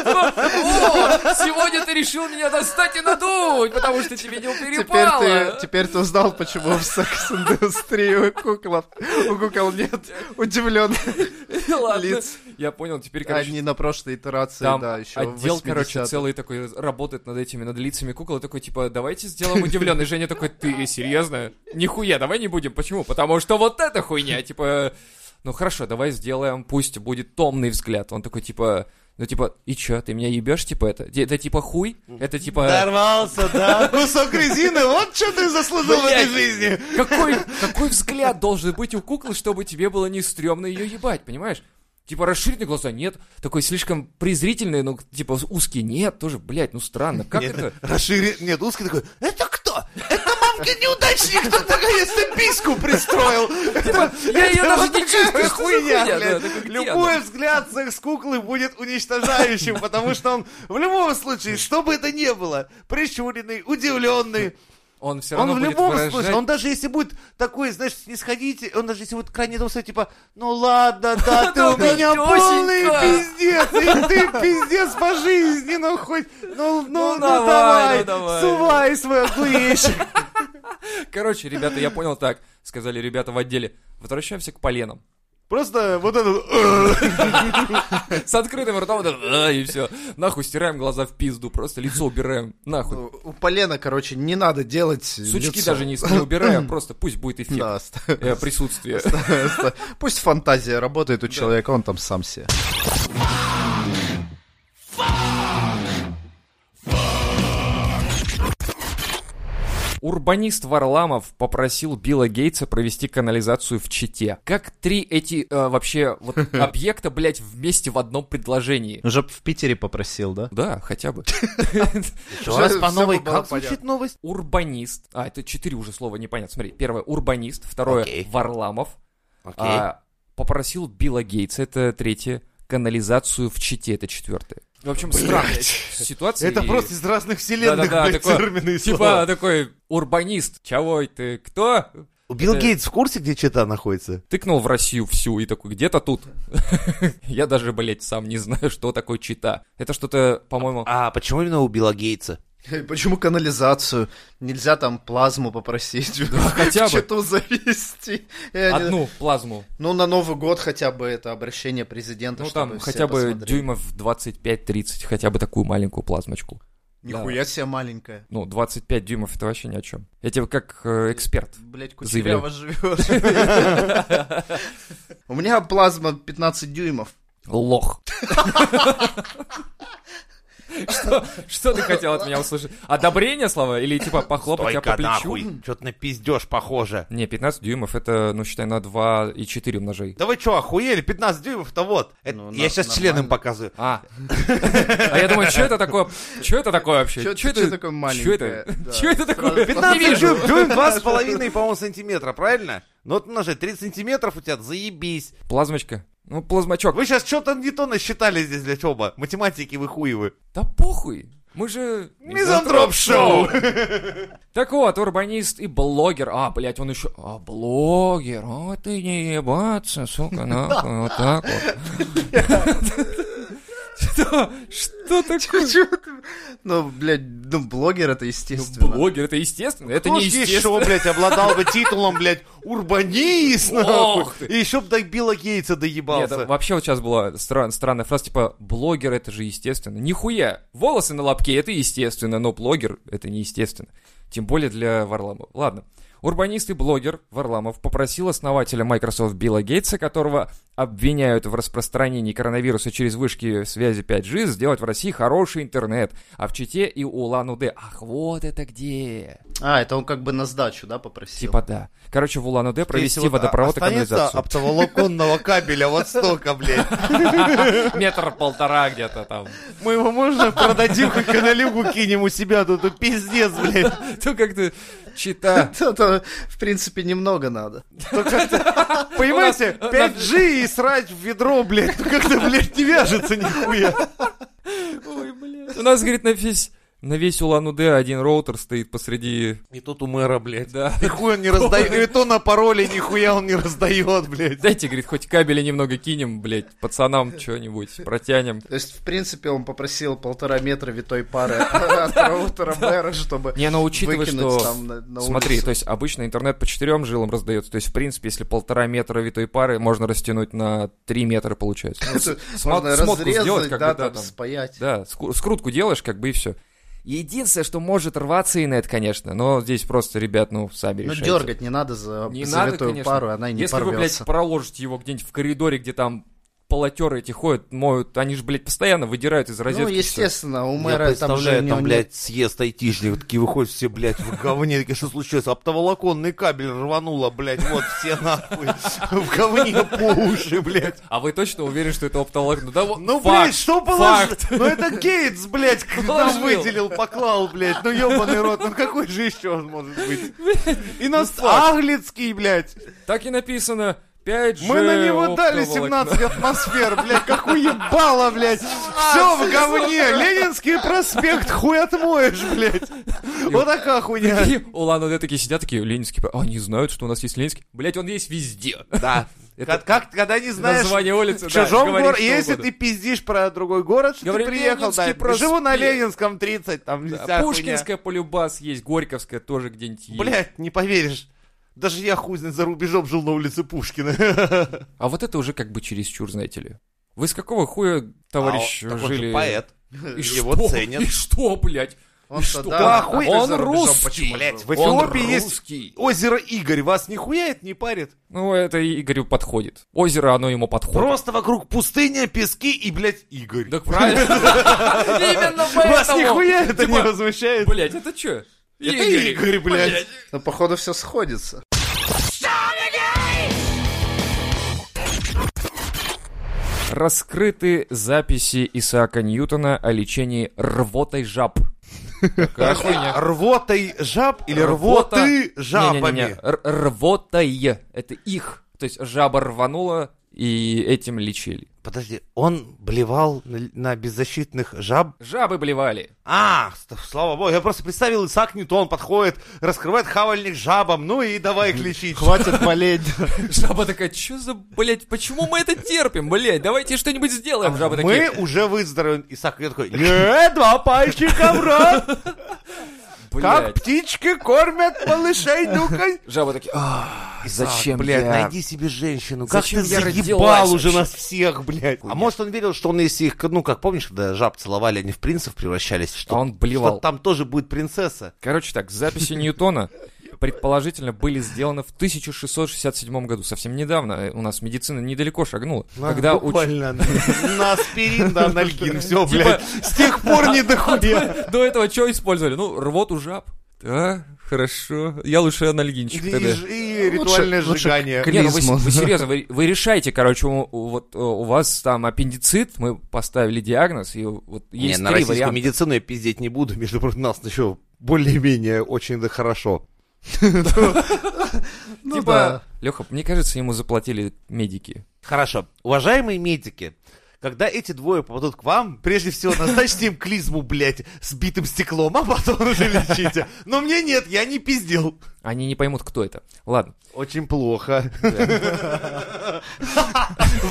«О, сегодня ты решил меня достать и надуть, потому что тебе не Теперь перепало. ты, теперь ты узнал, почему в секс-индустрии у куклов, у кукол нет удивленных [LAUGHS] Ладно. лиц. Я понял, теперь, короче, Они на прошлой итерации, Там да, еще отдел, в короче, 80-х. целый такой работает над этими, над лицами кукол, и такой, типа, давайте сделаем удивленный. Женя такой, ты серьезно? Нихуя, давай не будем. Почему? Потому что вот эта хуйня, типа, ну хорошо, давай сделаем, пусть будет томный взгляд. Он такой, типа, Ну, типа, и чё, ты меня ебешь, типа, это? Ти- Это типа хуй? Это типа... Дорвался, да? Э. [LAUGHS] Кусок резины, вот что ты заслужил в Блядь. этой жизни. Какой, какой взгляд должен быть у куклы, чтобы тебе было не стрёмно ее ебать, понимаешь? Типа расширенные глаза нет, такой слишком презрительный, ну, типа узкий нет, тоже, блядь, ну странно. Как Нет, это? расшири- Нет, узкий такой, это кто? Это мамка неудачник, кто наконец-то писку пристроил. Это- Я ее это даже вот не такая чувствую, вот что за хуйня, блядь. да, такой, где Любой взгляд секс куклы будет уничтожающим, потому что он в любом случае, что бы это ни было, прищуренный, удивленный, Он все равно он в будет любом выражать- случае, он даже если будет такой, знаешь, снисходитель, он даже если будет крайне добрый, типа, ну ладно, [LAUGHS] да, ты у Да, меня тёсенька. полный пиздец, и ты пиздец по жизни, ну хоть, ну, ну, ну, давай, ну, давай, давай». сувай свой охуенщик. Короче, ребята, я понял так, сказали ребята в отделе. Возвращаемся к поленам. Просто вот этот... С открытым ртом, вот это, «А», и все. Нахуй стираем глаза в пизду, просто лицо убираем, нахуй. [LAUGHS] Ну, У полена, короче, не надо делать Сучки лицо. даже не, не убираем, просто пусть будет эффект Да, ст- э, [LAUGHS] присутствия. ст- Пусть фантазия работает у человека, он там сам себе. [LAUGHS] Урбанист Варламов попросил Билла Гейтса провести канализацию в Чите. Как три эти э, вообще [LAUGHS] вот объекта, блядь, вместе в одном предложении? Уже б в Питере попросил, да? Да, хотя [LAUGHS] бы. Всё- всё было как понятно. звучит новость? Урбанист. А, это четыре уже слова, непонятно. Смотри, первое урбанист, второе Окей. Варламов. Окей. а, попросил Билла Гейтса, это третье, канализацию в Чите, это четвертое. В общем, странная ситуация. Это и- [LAUGHS] просто из разных вселенных, Да-да-да, блядь, такое, термины и Типа слова. такой урбанист, чего ты, кто? Билл это- Гейтс в курсе, где чита находится? Тыкнул в Россию всю и такой, где-то [LAUGHS] тут. Я даже, блядь, сам не знаю, что такое Чита. Это что-то, по-моему... А почему именно у Билла Гейтса? Почему канализацию? Нельзя там плазму попросить. [LAUGHS] ну, хотя бы. Что-то завести. Я не- Одну плазму. Ну, на Новый год хотя бы это обращение президента, Ну чтобы там все хотя бы посмотрели. дюймов 25-30, хотя бы такую маленькую плазмочку. Нихуя себе маленькая. Ну, 25 дюймов это вообще ни о чем. Я тебе как э, эксперт. Блять, Заявляю. кучеряво живешь. [LAUGHS] У меня плазма 15 дюймов. [LAUGHS] Лох. Что, что ты хотел от меня услышать? Одобрение слова или типа похлопать тебя по Только плечу? нахуй, что-то на пиздеж похоже. Не, 15 дюймов это, ну считай, на 2,4 умножай. Да вы чё, охуели? 15 дюймов-то вот. Это- Ну, я на- сейчас нормально. член им показываю. А. А я думаю, что это такое? Что это такое вообще? Чё- Чё чё такое Чё маленькое? это? Да. Чё это такое? Не 15 вижу. дюйм, дюйм, два [LAUGHS] с половиной, по-моему, сантиметра, правильно? Ну вот умножай, 30 сантиметров у тебя, заебись. Плазмочка. Ну, плазмачок. Вы сейчас что-то не то насчитали здесь для оба. Математики вы хуевы. Да похуй. Мы же... Мизантроп-шоу! Так вот, урбанист и блогер. А, блядь, он еще... А, блогер. А, ты не ебаться, сука, нахуй. Вот так вот. [LAUGHS] Что? Что такое? Чё ты? Ну, блядь, ну, блогер это естественно. Блогер, это естественно? Это Кто не ж еще, естественно. блядь, обладал [LAUGHS] бы титулом, блядь, урбанист, нахуй. Ох ты. И еще бы до Билла Гейтса Нет, да, доебался. вообще вот сейчас была стран- странная фраза, типа, блогер это же естественно. Нихуя! Волосы на лобке это естественно, но блогер это неестественно. Тем более для Варламова. Ладно. Урбанист и блогер Варламов попросил основателя Microsoft Билла Гейтса, которого обвиняют в распространении коронавируса через вышки связи 5G, сделать в России хороший интернет, а в Чите и Улан-Удэ. Ах, вот это где! А, это он как бы на сдачу, да, попросил? [LAUGHS] Типа да. Короче, в Улан-Удэ провести Если вот а, водопровод и останется канализацию. оптоволоконного кабеля вот [LAUGHS] столько, блядь. Метр полтора где-то там. Мы его можно продадим, хоть каналюгу кинем у себя тут, ну, пиздец, блядь. То как-то чита. Это, в принципе, немного надо. Понимаете, У нас- 5G и срать в ведро, блядь, ну как-то, блядь, не вяжется нихуя. Ой, блядь. У нас, говорит, на весь, на весь Улан-Удэ один роутер стоит посреди... И тут у мэра, блядь. Да. Нихуя он не раздает, и то на пароле нихуя он не раздает, блядь. Дайте, говорит, хоть кабели немного кинем, блядь, пацанам что-нибудь протянем. То есть, в принципе, он попросил полтора метра витой пары [LAUGHS] от роутера мэра, чтобы Не, ну учитывая, выкинуть что... там на- на Смотри, улицу. то есть обычно интернет по четырем жилам раздается. То есть, в принципе, если полтора метра витой пары, можно растянуть на три метра, получается. Ну, Это с- Можно смо- смотку разрезать, сделать, как да, бы, да, там там. спаять. Да, ску- скрутку делаешь, как бы, и все. Единственное, что может рваться инет, конечно, но здесь просто, ребят, ну, сами Ну, решайте. дергать не надо за Не за надо, витую конечно. пару, она и не Если вы, блядь, порвется. проложите его где-нибудь в коридоре, где там полотеры эти ходят, моют, они же, блядь, постоянно выдирают из розетки. Ну, всё. естественно, у Я мэра там же представляю, не- там, не- блядь, съезд айтишников, такие выходят все, блядь, в говне, такие, что случилось? Оптоволоконный кабель рвануло, блядь, вот все нахуй, в говне по уши, блядь. А вы точно уверены, что это оптолог? Ну, да, вот Ну, факт, блядь, что положил? факт. Ну, это Гейтс, блядь, нам Положил. выделил, поклал, блядь. Ну, ебаный рот, ну какой же еще он может быть? И нас Аглицкий, блядь. Так и написано. 5G Мы на него дали оптоволокно. 17 атмосфер, блядь, как уебало, блядь. Все в говне. Ленинский проспект, хуй отмоешь, блядь. Вот такая хуйня. И улан [LAUGHS] такие сидят, такие, ленинский, а, они знают, что у нас есть ленинский. Блять, он есть везде. [LAUGHS] Да. Это- [LAUGHS] Как- Как, когда не знаешь, Название улицы, в да, чужом говори городе, что если угодно. ты пиздишь про другой город, что Говори, ты приехал, да, Ленинский проспект. живу на Ленинском 30, там вся хуйня. Пушкинская полюбас есть, Горьковская тоже где-нибудь есть. Блядь, не поверишь. Даже я хуй знает, за рубежом жил на улице Пушкина. А вот это уже как бы чересчур, знаете ли. Вы с какого хуя, [LAUGHS] товарищ, А он- так он же жили? поэт. И Его что? [LAUGHS] ценят. И что, блядь? Он И что? тогда- Да, Да, хуй он за рубежом, русский, почему, блядь. В Он Эфиопии есть русский. озеро Игорь. Вас нихуя это не парит? Ну, это Игорю подходит. Озеро, оно ему подходит. Просто вокруг пустыня, пески и, блядь, Игорь. Так [LAUGHS] правильно. Именно Вас поэтому. нихуя это не Типа, возмущает? Блядь, это что? Это Игорь, блядь. Ну, походу, все сходится. Раскрыты записи Исаака Ньютона о лечении рвотой жаб. [LAUGHS] Какая хуйня. Рвотой жаб или Рвота- рвоты Не-не-не-не. жабами? Р- Рвотой. Это их. То есть жаба рванула, и этим лечили. Подожди, он блевал на- на беззащитных жаб? Жабы блевали. [LAUGHS] А, ст- слава богу, я просто представил, Исаак Ньютон подходит, раскрывает хавальник жабам, ну и давай их лечить. Хватит [LAUGHS] болеть. Жаба такая, что за, блядь, почему мы это терпим, блядь? Давайте что-нибудь сделаем. Жабы А Мы такие, уже выздоровеем. Исаак Ньютон такой, «Не, Э, два пальчика [LAUGHS] в рот, как блядь. птички кормят малышей, ну-ка. Жабы такие, «А, зачем блядь, я найди себе женщину. Как Зачем ты я заебал родилась уже вообще? нас всех, блядь. А может он верил, что он если их, ну как, помнишь, когда жаб целовали, они в принцев превращались? Что, А он блевал. что там тоже будет принцесса. Короче так, записи Ньютона предположительно были сделаны в 1667 году, совсем недавно. Э, У нас медицина недалеко шагнула. А, когда уч- Буквально на [LAUGHS] аспирин, на анальгин, все, Типа- блядь. С тех пор [LAUGHS] не дохуя. до этого что использовали? Ну, рвоту жаб. Да, хорошо. Я лучше анальгинчик И, тогда. ж- и ритуальное лучше сжигание. к- Не, ну вы, клизму. вы серьезно, вы, вы решаете, короче, у, у- вот э, у вас там аппендицит, мы поставили диагноз, и вот есть не, на три российскую варианта. медицину я пиздеть не буду, между прочим, нас еще более-менее очень да хорошо. Ну типа, да. Леха, мне кажется, ему заплатили медики. Хорошо. Уважаемые медики, когда эти двое попадут к вам, прежде всего назначьте им клизму, блядь, с битым стеклом, а потом [LAUGHS] уже лечите. Но мне нет, я не пиздил. Они не поймут, кто это. Ладно. Очень плохо.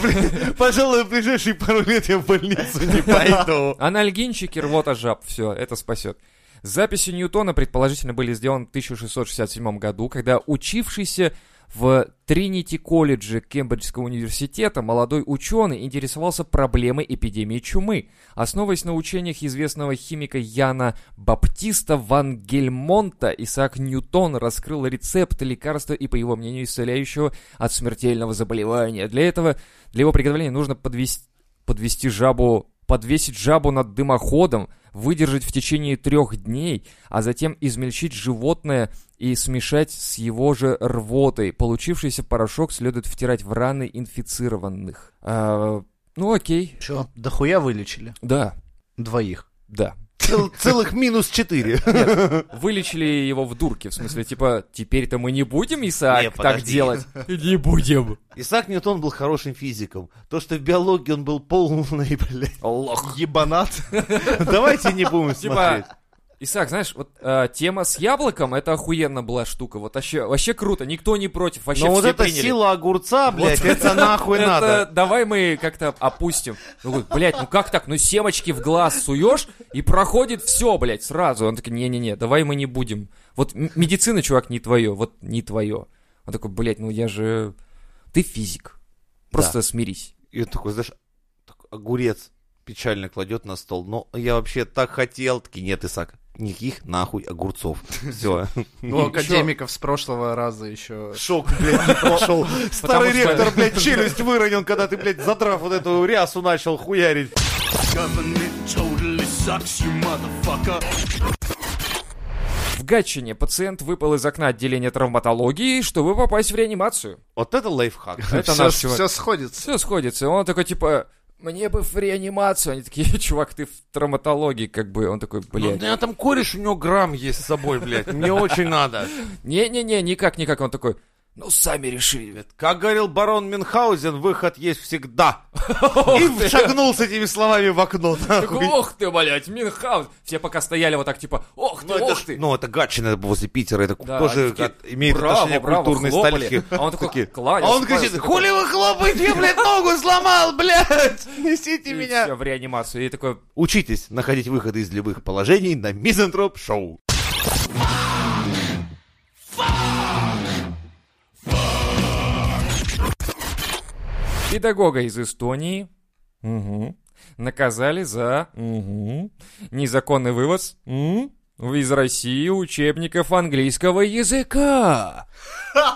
Блин, Пожалуй, в ближайшие пару лет я в больницу не пойду. Анальгинчики, А рвота жаб, все, это спасет. Записи Ньютона предположительно были сделаны в 1667 году, когда учившийся в Тринити-колледже Кембриджского университета молодой ученый интересовался проблемой эпидемии чумы, основываясь на учениях известного химика Яна Баптиста Ван Гельмонта, Исаак Ньютон раскрыл рецепт лекарства и, по его мнению, исцеляющего от смертельного заболевания. Для этого, для его приготовления нужно подвести подвести жабу, подвесить жабу над дымоходом, выдержать в течение трех дней, а затем измельчить животное и смешать с его же рвотой. Получившийся порошок следует втирать в раны инфицированных. А, ну окей, Че, дохуя вылечили? да, Двоих. да. Цел- Целых минус четыре. Вылечили его в дурке, в смысле, типа, теперь-то мы не будем, Исаак, Не, так подожди. делать. Не будем. Исаак Ньютон был хорошим физиком. То, что в биологии он был полный, блядь. Лох. Ебанат. Давайте не будем смотреть. Типа, Исаак, знаешь, вот э, тема с яблоком, это охуенно была штука. Вот вообще, вообще круто, никто не против, вообще Но вот все эта приняли. сила огурца, блядь, Вот это нахуй Это надо. давай мы как-то опустим. Ну, говорит, блядь, ну как так? Ну семочки в глаз суешь, и проходит все, блядь, сразу. Он такой, не-не-не, давай мы не будем. Вот м- медицина, чувак, не твое, вот не твое. Он такой, блядь, ну я же... Ты физик. Просто смирись. И он такой, знаешь, так- огурец печально кладет на стол. Но я вообще так хотел. Таки нет, Исаак, никаких нахуй огурцов. [LAUGHS] Все. Ну, академиков с прошлого раза еще. Шок, блядь, не прошел. Старый Потому что- ректор, блядь, челюсть выронил, когда ты, блядь, задрав вот эту рясу начал хуярить. Government totally sucks, you motherfucker. В Гатчине пациент выпал из окна отделения травматологии, чтобы попасть в реанимацию. Вот это [LAUGHS] лайфхак. Это все, наш чувак. все сходится. Все сходится. Он такой, типа, мне бы в реанимацию. Они такие, чувак, ты в травматологии, как бы. Он такой, Ну, у блядь. меня там кореш, у него грамм есть с собой, блядь. Мне очень надо. Не-не-не, никак-никак. Он такой, ну, сами решили. Как говорил барон Мюнхгаузен, выход есть всегда. [LAUGHS] И шагнул с этими словами в окно. Такой, ох ты, блядь, Минхаус. Все пока стояли вот так, типа, ох ты, Ну, это ох ж- ты. ну, это Гатчина возле Питера, это Да, тоже они такие, как- имеет «Браво, отношение к браво», культурной хлопали. столике. А он такой Такие, кланялся, а он кричит, кланялся, такой, хули вы хлопаете, я, блядь, ногу сломал, блядь, [LAUGHS] несите И меня. всё, в реанимацию. И такой, Учитесь находить выходы из любых положений на Мизантроп Шоу. Педагога из Эстонии мгм, наказали за мгм, незаконный вывоз м, из России учебников английского [LAUGHS] языка.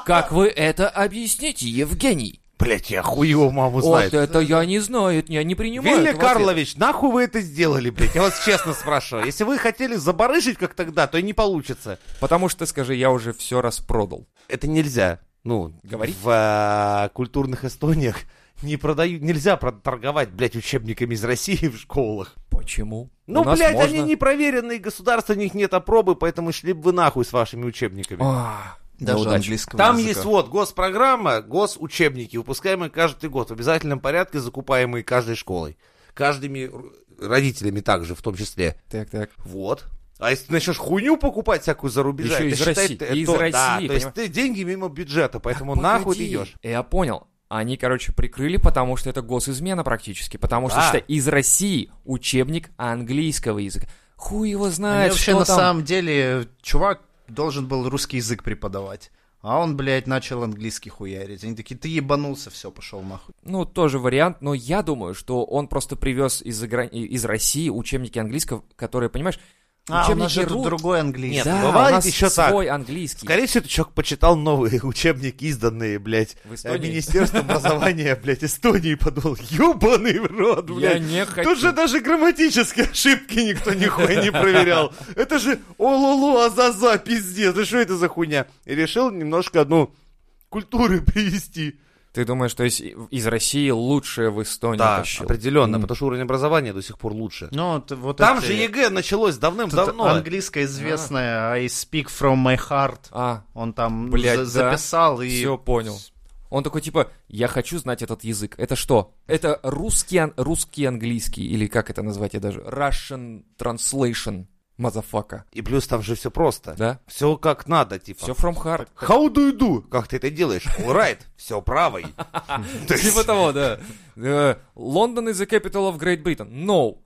Как вы это объясните, Евгений? Блядь, я хуй его маму Вот знает. это я не знаю, это я не принимаю. Вилли этого ответа. Карлович, нахуй вы это сделали, блядь? Я вас честно спрашиваю. Если вы хотели забарыжить, как тогда, то и не получится. Потому что, скажи, я уже все распродал. Это нельзя. Ну, Говорить? в э, культурных Эстониях не продают, нельзя прод- торговать, блядь, учебниками из России в школах. Почему? Ну, У нас блядь, можно- они не проверенные, государства, у них нет опробы, поэтому шли бы вы нахуй с вашими учебниками. А, Даже ну, удачи. английского Там языка. есть вот госпрограмма, госучебники, выпускаемые каждый год в обязательном порядке, закупаемые каждой школой, каждыми р- родителями также, в том числе. Так, так. Вот. А если ты начнешь хуйню покупать всякую за рубежа, Ещё это из считай, России. ты- Из то- России, да, то есть понимаешь? ты деньги мимо бюджета, поэтому нахуй ты Погоди. идешь. Я понял. Они, короче, прикрыли, потому что это госизмена практически. Потому что, Да. считай, из России учебник английского языка. Хуй его Мне знает, вообще что на там. самом деле чувак должен был русский язык преподавать. А он, блядь, начал английский хуярить. Они такие, ты ебанулся, все, пошел нахуй. Ну, тоже вариант, но я думаю, что он просто привез из, -за из России учебники английского, которые, понимаешь, А, у учебники нас же тут ру- другой английский. Нет, Да, бывает у нас ещё так. свой английский. Скорее всего, этот человек почитал новые [LAUGHS] учебники, изданные, блядь, э, В Эстонии? Министерством образования, блядь, Эстонии, и подумал, ебаный в рот, я блядь. не хочу. Тут же даже грамматические ошибки никто нихуя не проверял. Это же ололу, азаза, пиздец. Да что это за хуйня? И решил немножко, ну, культуры [LAUGHS] привести. Ты думаешь, что из, из России лучшее в Эстонии тащил? определенно, М. потому что уровень образования до сих пор лучше. Ну, т- вот Там это- же ЕГЭ началось тут давным-давно. английское известное I speak from my heart. А, Он там Блядь, за- да. записал и... все понял. Он такой, типа, я хочу знать этот язык. Это что? Это русский, ан- русский английский, или как это назвать, я даже... Russian translation, мазафака, И плюс там же все просто. да? Все как надо, типа. Все from [LAUGHS] heart. How do you do? Как ты это делаешь? Alright, все правой. То есть- Типа того, да. Э, Лондон is the capital of Great Britain. No.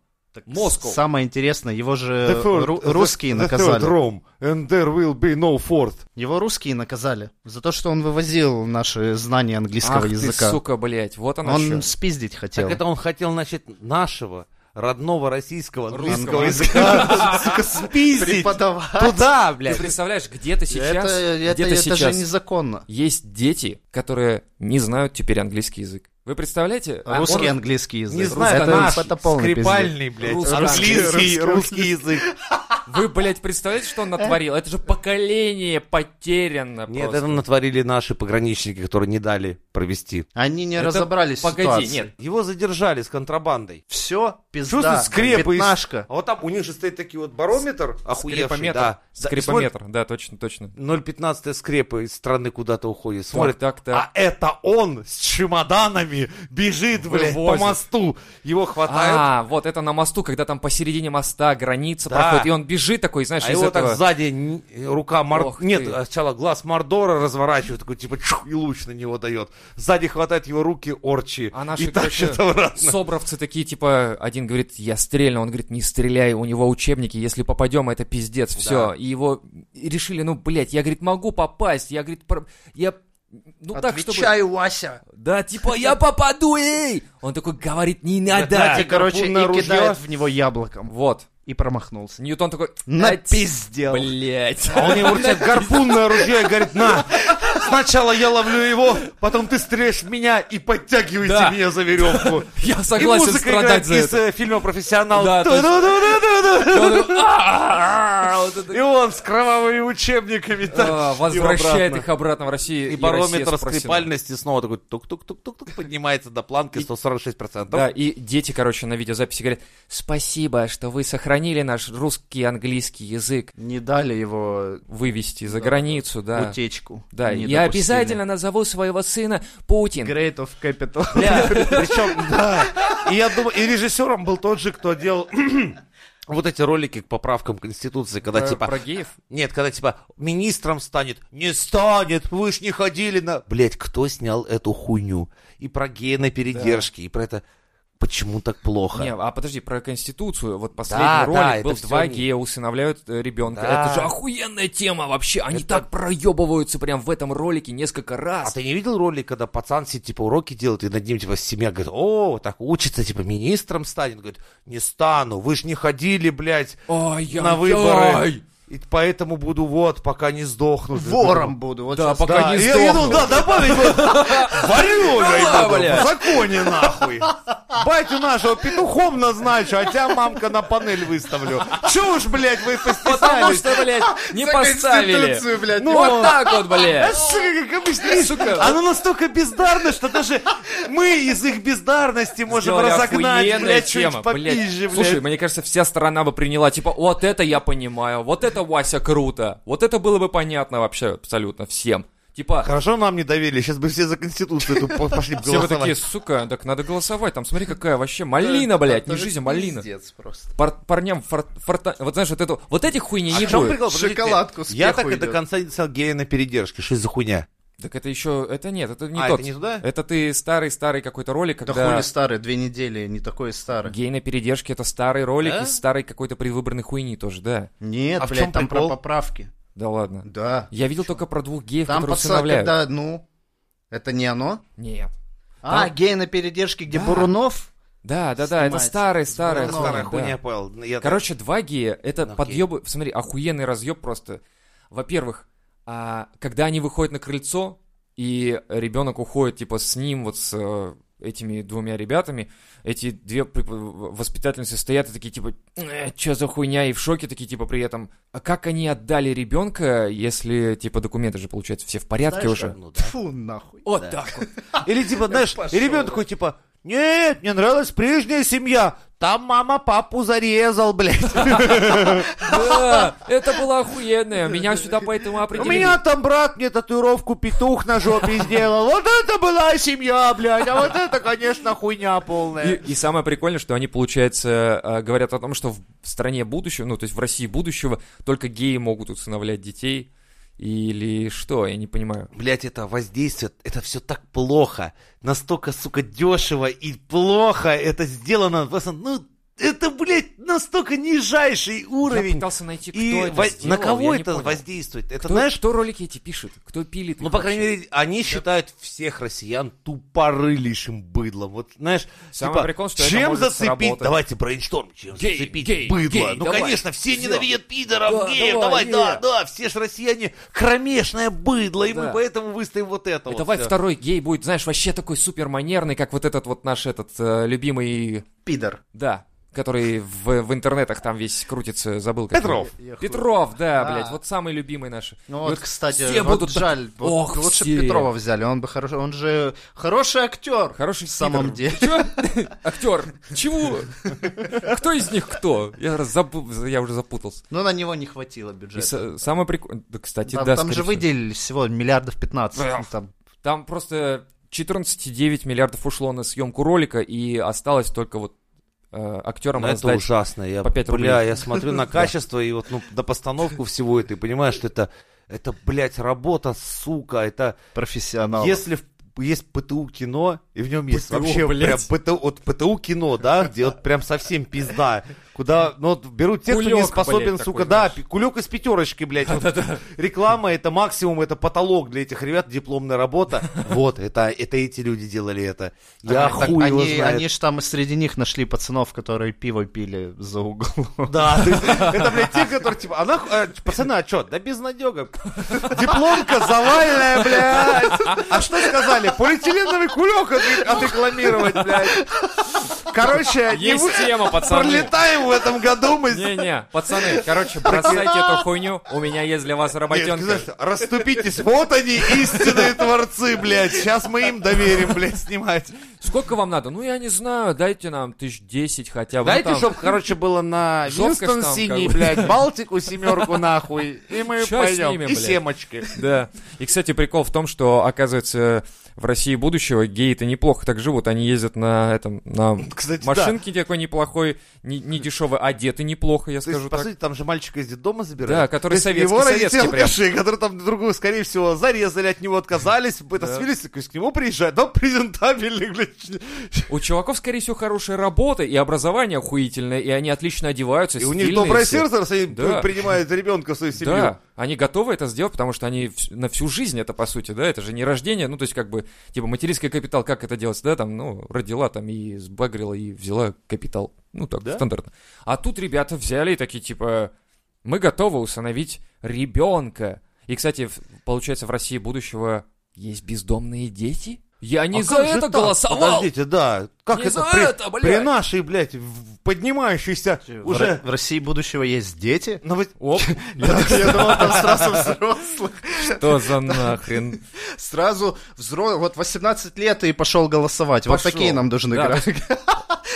Moscow. Самое интересное, его же [LAUGHS] The third- ру- the- русские the наказали. third Rome, and there will be no fourth. Его русские наказали за то, что он вывозил наши знания английского Ах ты, языка. сука, ну блядь, вот она что. он спиздить хотел. Так это он хотел, значит, нашего родного российского английского Русского. языка сука, спиздить Преподавать. туда, Ты блядь. представляешь, где ты сейчас, это, это, где ты это же сейчас, незаконно. есть дети, которые не знают теперь английский язык. Вы представляете? А Русский он- английский язык. Не знаю, это, наш это полный пиздец. скрипальный, блядь, Русский. английский, Русский. русский язык. Вы, блядь, представляете, что он натворил? Это же поколение потеряно Нет, просто. это натворили наши пограничники, которые не дали провести. Они не Это- разобрались в Погоди, ситуации. нет. Его задержали с контрабандой. Все, Что пизда. за скрепы? из- Пятнашка. А вот там у них же стоит такие вот барометр, охуевший, Скрипометр. да. Скрипометр, да, точно, точно. 0,15 скрепы из страны куда-то уходит. Смотрит, так, так. а это он с чемоданами бежит, блядь, по Вывозит. мосту. Его хватают, А, вот это на мосту, когда там посередине моста граница Да. проходит, и он бежит такой, знаешь, а из его этого... так сзади н- рука Мор... Ох Нет, ты. сначала глаз Мордора разворачивает, такой типа чух, и луч на него дает. Сзади хватает его руки Орчи А и наши, короче, тащит [LAUGHS] обратно. собровцы такие, типа, один говорит, я стрельну, он говорит, не стреляй, у него учебники, если попадем, это пиздец, все. Да. И его решили, ну, блядь, я, говорит, могу попасть, я, говорит, про- я... Ну так, чтобы... Отвечай, Вася. Да, типа, я попаду, эй! Он такой говорит, не надо! типа, Да, И, короче, гарпунное и ружье. кидает в него яблоком. Вот. и промахнулся. Ньютон такой, «Ать, Напиздел. блядь. А он ему в тебя гарпунное ружье и говорит, на, сначала я ловлю его, потом ты стреляешь в меня и подтягиваете Да. меня за веревку. [LAUGHS] Я И согласен музыка страдать играет за из это. э, фильма «Профессионал». Да, то есть- Ту-ду-ду-ду-ду-ду. Он такой, «А, «А-а-а!» а, Вот это- [LAUGHS] И он с кровавыми учебниками так, А, и Возвращает обратно. их обратно в Россию. И Россия барометр спросила. скрипальности снова такой тук-тук-тук-тук-тук поднимается до планки 146%. Да, и дети, короче, на видеозаписи говорят, спасибо, что вы сохранили наш русский и английский язык Не дали его вывести за границу, да. утечку. Да, Не я допустили. обязательно назову своего сына Путин. Great of [LAUGHS] Capital. Причем, да. И я думаю, и режиссером был тот же, кто делал [CLEARS THROAT] вот эти ролики к поправкам Конституции, когда Про- типа... про геев? Нет, когда типа министром станет, не станет, вы ж не ходили на... Блять, кто снял эту хуйню? И про гея на передержке, и про это... Почему так плохо? Не, а подожди, про Конституцию. Вот последний Да, ролик да, это был всё два не- гея усыновляют э, ребенка. Да. Это же охуенная тема вообще. Они так проебываются прям в этом ролике несколько А раз. ты не видел ролик, когда пацан сидит, типа, уроки делает, и над ним, типа, семья говорит, о, так учится, типа, министром станет. Говорит, не стану, вы ж не ходили, блядь, Ай-яй-яй. на выборы. И поэтому буду вот, пока не сдохну. Вором буду. Вот Да, щас- пока Да, не я, я сдохну. думал, да, добавить. [LAUGHS] Варю, Да, я и бля. буду, в законе, нахуй. Батю нашего петухом назначу, а тебя мамка на панель выставлю. Чего уж, блядь, вы Потому постеснялись? что, блядь, [LAUGHS] не За поставили. Конституцию, блядь. Ну, вот так вот, А блядь. Сука, как обычно, Сука. Оно настолько бездарно, что даже мы из их бездарности можем Сделали разогнать, охуенная блядь, чуть тема, блядь. попизже, Слушай, блядь. мне кажется, вся сторона бы приняла, типа, вот это я понимаю, вот это, Вася, круто. Вот это было бы понятно вообще абсолютно всем. Типа, Хорошо нам не доверили, сейчас бы все за Конституцию эту по- пошли [LAUGHS] бы все вы такие, голосовать. сука, так надо голосовать, там смотри, какая вообще малина, блядь, не жизнь, а малина. Пиздец просто. Пар- парням фор- форта... Вот знаешь, вот эту... Вот этих хуйни А не в чем будет. прикол? Подождите, Шоколадку с Я пехой так и до идет. конца не снял гея на передержке. Что это за хуйня? Так это еще... Это нет, это не А, тот. это не туда? Это ты старый-старый какой-то ролик, Да когда... хули старый, две недели, не такой старый. Гей на передержке это старый ролик Да? из старой какой-то предвыборной хуйни тоже, да. Нет, А в блядь, чем там прикол? про поправки. Да ладно. Да. Я видел только про двух геев, Там которые пацан, усыновляют. когда, ну, это не оно? Нет. А, Там- гей на передержке, где Да. Бурунов? Да, да, да, это Снимается. старый, старый. Ну, Старая да. хуйня, понял. Я- Короче, два гея, это Ну, подъебы, смотри, охуенный разъеб просто. Во-первых, а, когда они выходят на крыльцо, и ребенок уходит, типа, с ним, вот с э, этими двумя ребятами, эти две прип- воспитательницы стоят и такие, типа, что за хуйня, и в шоке такие, типа, при этом, а как они отдали ребенка, если, типа, документы же, получается, все в порядке Знаешь, уже? одну, Ну да. Фу, нахуй. Вот так вот. Или типа, знаешь, и ребенок такой типа, нет, мне нравилась прежняя семья. Там мама папу зарезал, блядь. [LAUGHS] Да, это было охуенно. Меня сюда поэтому У определили. меня там брат мне татуировку петух на жопе сделал. Вот это была семья, блядь. А вот это, конечно, хуйня И, полная. и самое прикольное, что они, получается, э, говорят о том, что в стране будущего, ну, то есть в России будущего, только геи могут усыновлять детей. Или что, я не понимаю. Блять, это воздействие, это все так плохо. Настолько, сука, дешево и плохо это сделано. Просто, ну, это, блядь, настолько нижайший Я уровень. пытался найти, кто И это во- сделал, на я кого не это понял. воздействует? Это, Кто, знаешь, кто ролики эти пишет? Кто пилит? Ну, их по крайней вообще? мере, они считают всех россиян тупорылейшим быдлом. Вот, знаешь, Самый типа, прикол, что это чем может зацепить? сработать. Давайте брейншторм, чем Гей, зацепить гей, быдло? гей, ну, давай. конечно, все Всё. ненавидят пидоров, Да, геев, давай, давай, да, гей. да, все же россияне кромешное быдло, и Да. мы поэтому выставим вот это И вот давай всё. второй гей будет, знаешь, вообще такой супер манерный, как вот этот вот наш этот э, любимый, Пидор. да, который в, в интернетах там весь крутится, забыл. как его. Петров. Я хуй- Петров, да, А. блядь, вот самый любимый наш. Ну И вот, кстати, все вот будут так- жаль, вот Ох, лучше все. бы Петрова взяли, он бы хороший, он же хороший актер. Хороший в самом пидор. деле. Чё? Актер. Чего? Кто из них кто? Я, раз запу- я уже запутался. Но на него не хватило И бюджета. са- самое прикольное... Да, кстати, Там, да, там скорее же всего. выделили всего миллиардов 15. Да. ну, там. Там просто 14,9 миллиардов ушло на съемку ролика, и осталось только вот э, актерам Ну, это раздать. ужасно. Я, по пять бля, рублей. я [LAUGHS] смотрю на качество и вот ну, до постановку всего это, и понимаешь, что это, это, блядь, работа, сука, это... Профессионал. Если в- есть ПТУ кино, и в нем есть ПТУ, вообще блядь. прям ПТУ, вот ПТУ кино, да, где вот прям совсем пизда. Куда, ну, вот берут тех, кто не Кулек, способен, блядь, сука, такой, да, знаешь. пи- кулек из пятерочки, блядь. Вот Реклама — это максимум, это потолок для этих ребят, дипломная работа. Вот, это, это эти люди делали это. Я Так хуй его они, знает. они ж там и среди них нашли пацанов, которые пиво пили за углом. Да, то есть это, блядь, те, которые, типа, а нахуй, э, пацаны, а чё, да безнадега. Дипломка завальная, блядь. А что сказали? Полиэтиленовый кулек от- отрекламировать, блядь. Короче, не Есть вы- тема, пацаны. пролетаем в этом году мы. с- Не-не, пацаны, короче, бросайте эту хуйню, у меня есть для вас Нет, работенка. знаешь, расступитесь, вот они, истинные творцы, блядь. Сейчас мы им доверим, блядь, снимать. Сколько вам надо? Ну, я не знаю, дайте нам тысяч десять хотя бы. Ну, Дайте, там чтоб, короче, было на Жопка ж Винстон там, синий, как бы. блядь, Балтику семерку нахуй, и мы Чё с пойдем. ними, И блядь? семочки. Да. И, кстати, прикол в том, что, оказывается, в России будущего геи-то неплохо так живут. Они ездят на этом, на Кстати, да. машинке такой неплохой, не, не дешевый, одеты неплохо, я То есть, скажу по так. сути, там же мальчика из детдома забирают. Да, который То есть советский, Его советский родители прям. алкаши, которые там другую, скорее всего, зарезали, от него отказались, это свелись, то есть к нему приезжают, но презентабельный, блядь. У чуваков, скорее всего, хорошая работа и образование охуительное, и они отлично одеваются, И у них стильные доброе все. сердце, раз они Да. принимают ребенка в свою семью. Да, они готовы это сделать, потому что они вс- на всю жизнь это, по сути, да, это же не рождение, ну, то есть, как бы, типа, материнский капитал, как это делать, да, там, ну, родила там и сбагрила, и взяла капитал, ну, так, Да? стандартно. А тут ребята взяли и такие, типа, мы готовы усыновить ребенка. И, кстати, в- получается, в России будущего есть бездомные дети? Я не А за как же это так? голосовал! Подождите, да. Как Не это, за при, это, блядь! при нашей, блядь, в- поднимающейся В Ро- уже... В России будущего есть дети? Ну, вот- Оп, Я думал, там [LAUGHS] сразу взрослых. что за [LAUGHS] нахрен? Сразу взрослых. Вот 18 лет и пошел голосовать. Вот Пошёл. такие нам нужны Да, графики.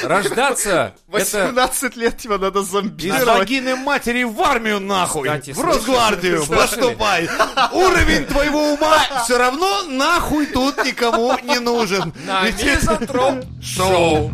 Рождаться! [LAUGHS] Это... 18 лет тебя надо Из зомбировать. вагины матери в армию нахуй! Кстати, в слышали? Росгвардию! Слышали? Поступай! Уровень твоего ума все равно нахуй тут никому не нужен! На Ведь это мизантроп шоу!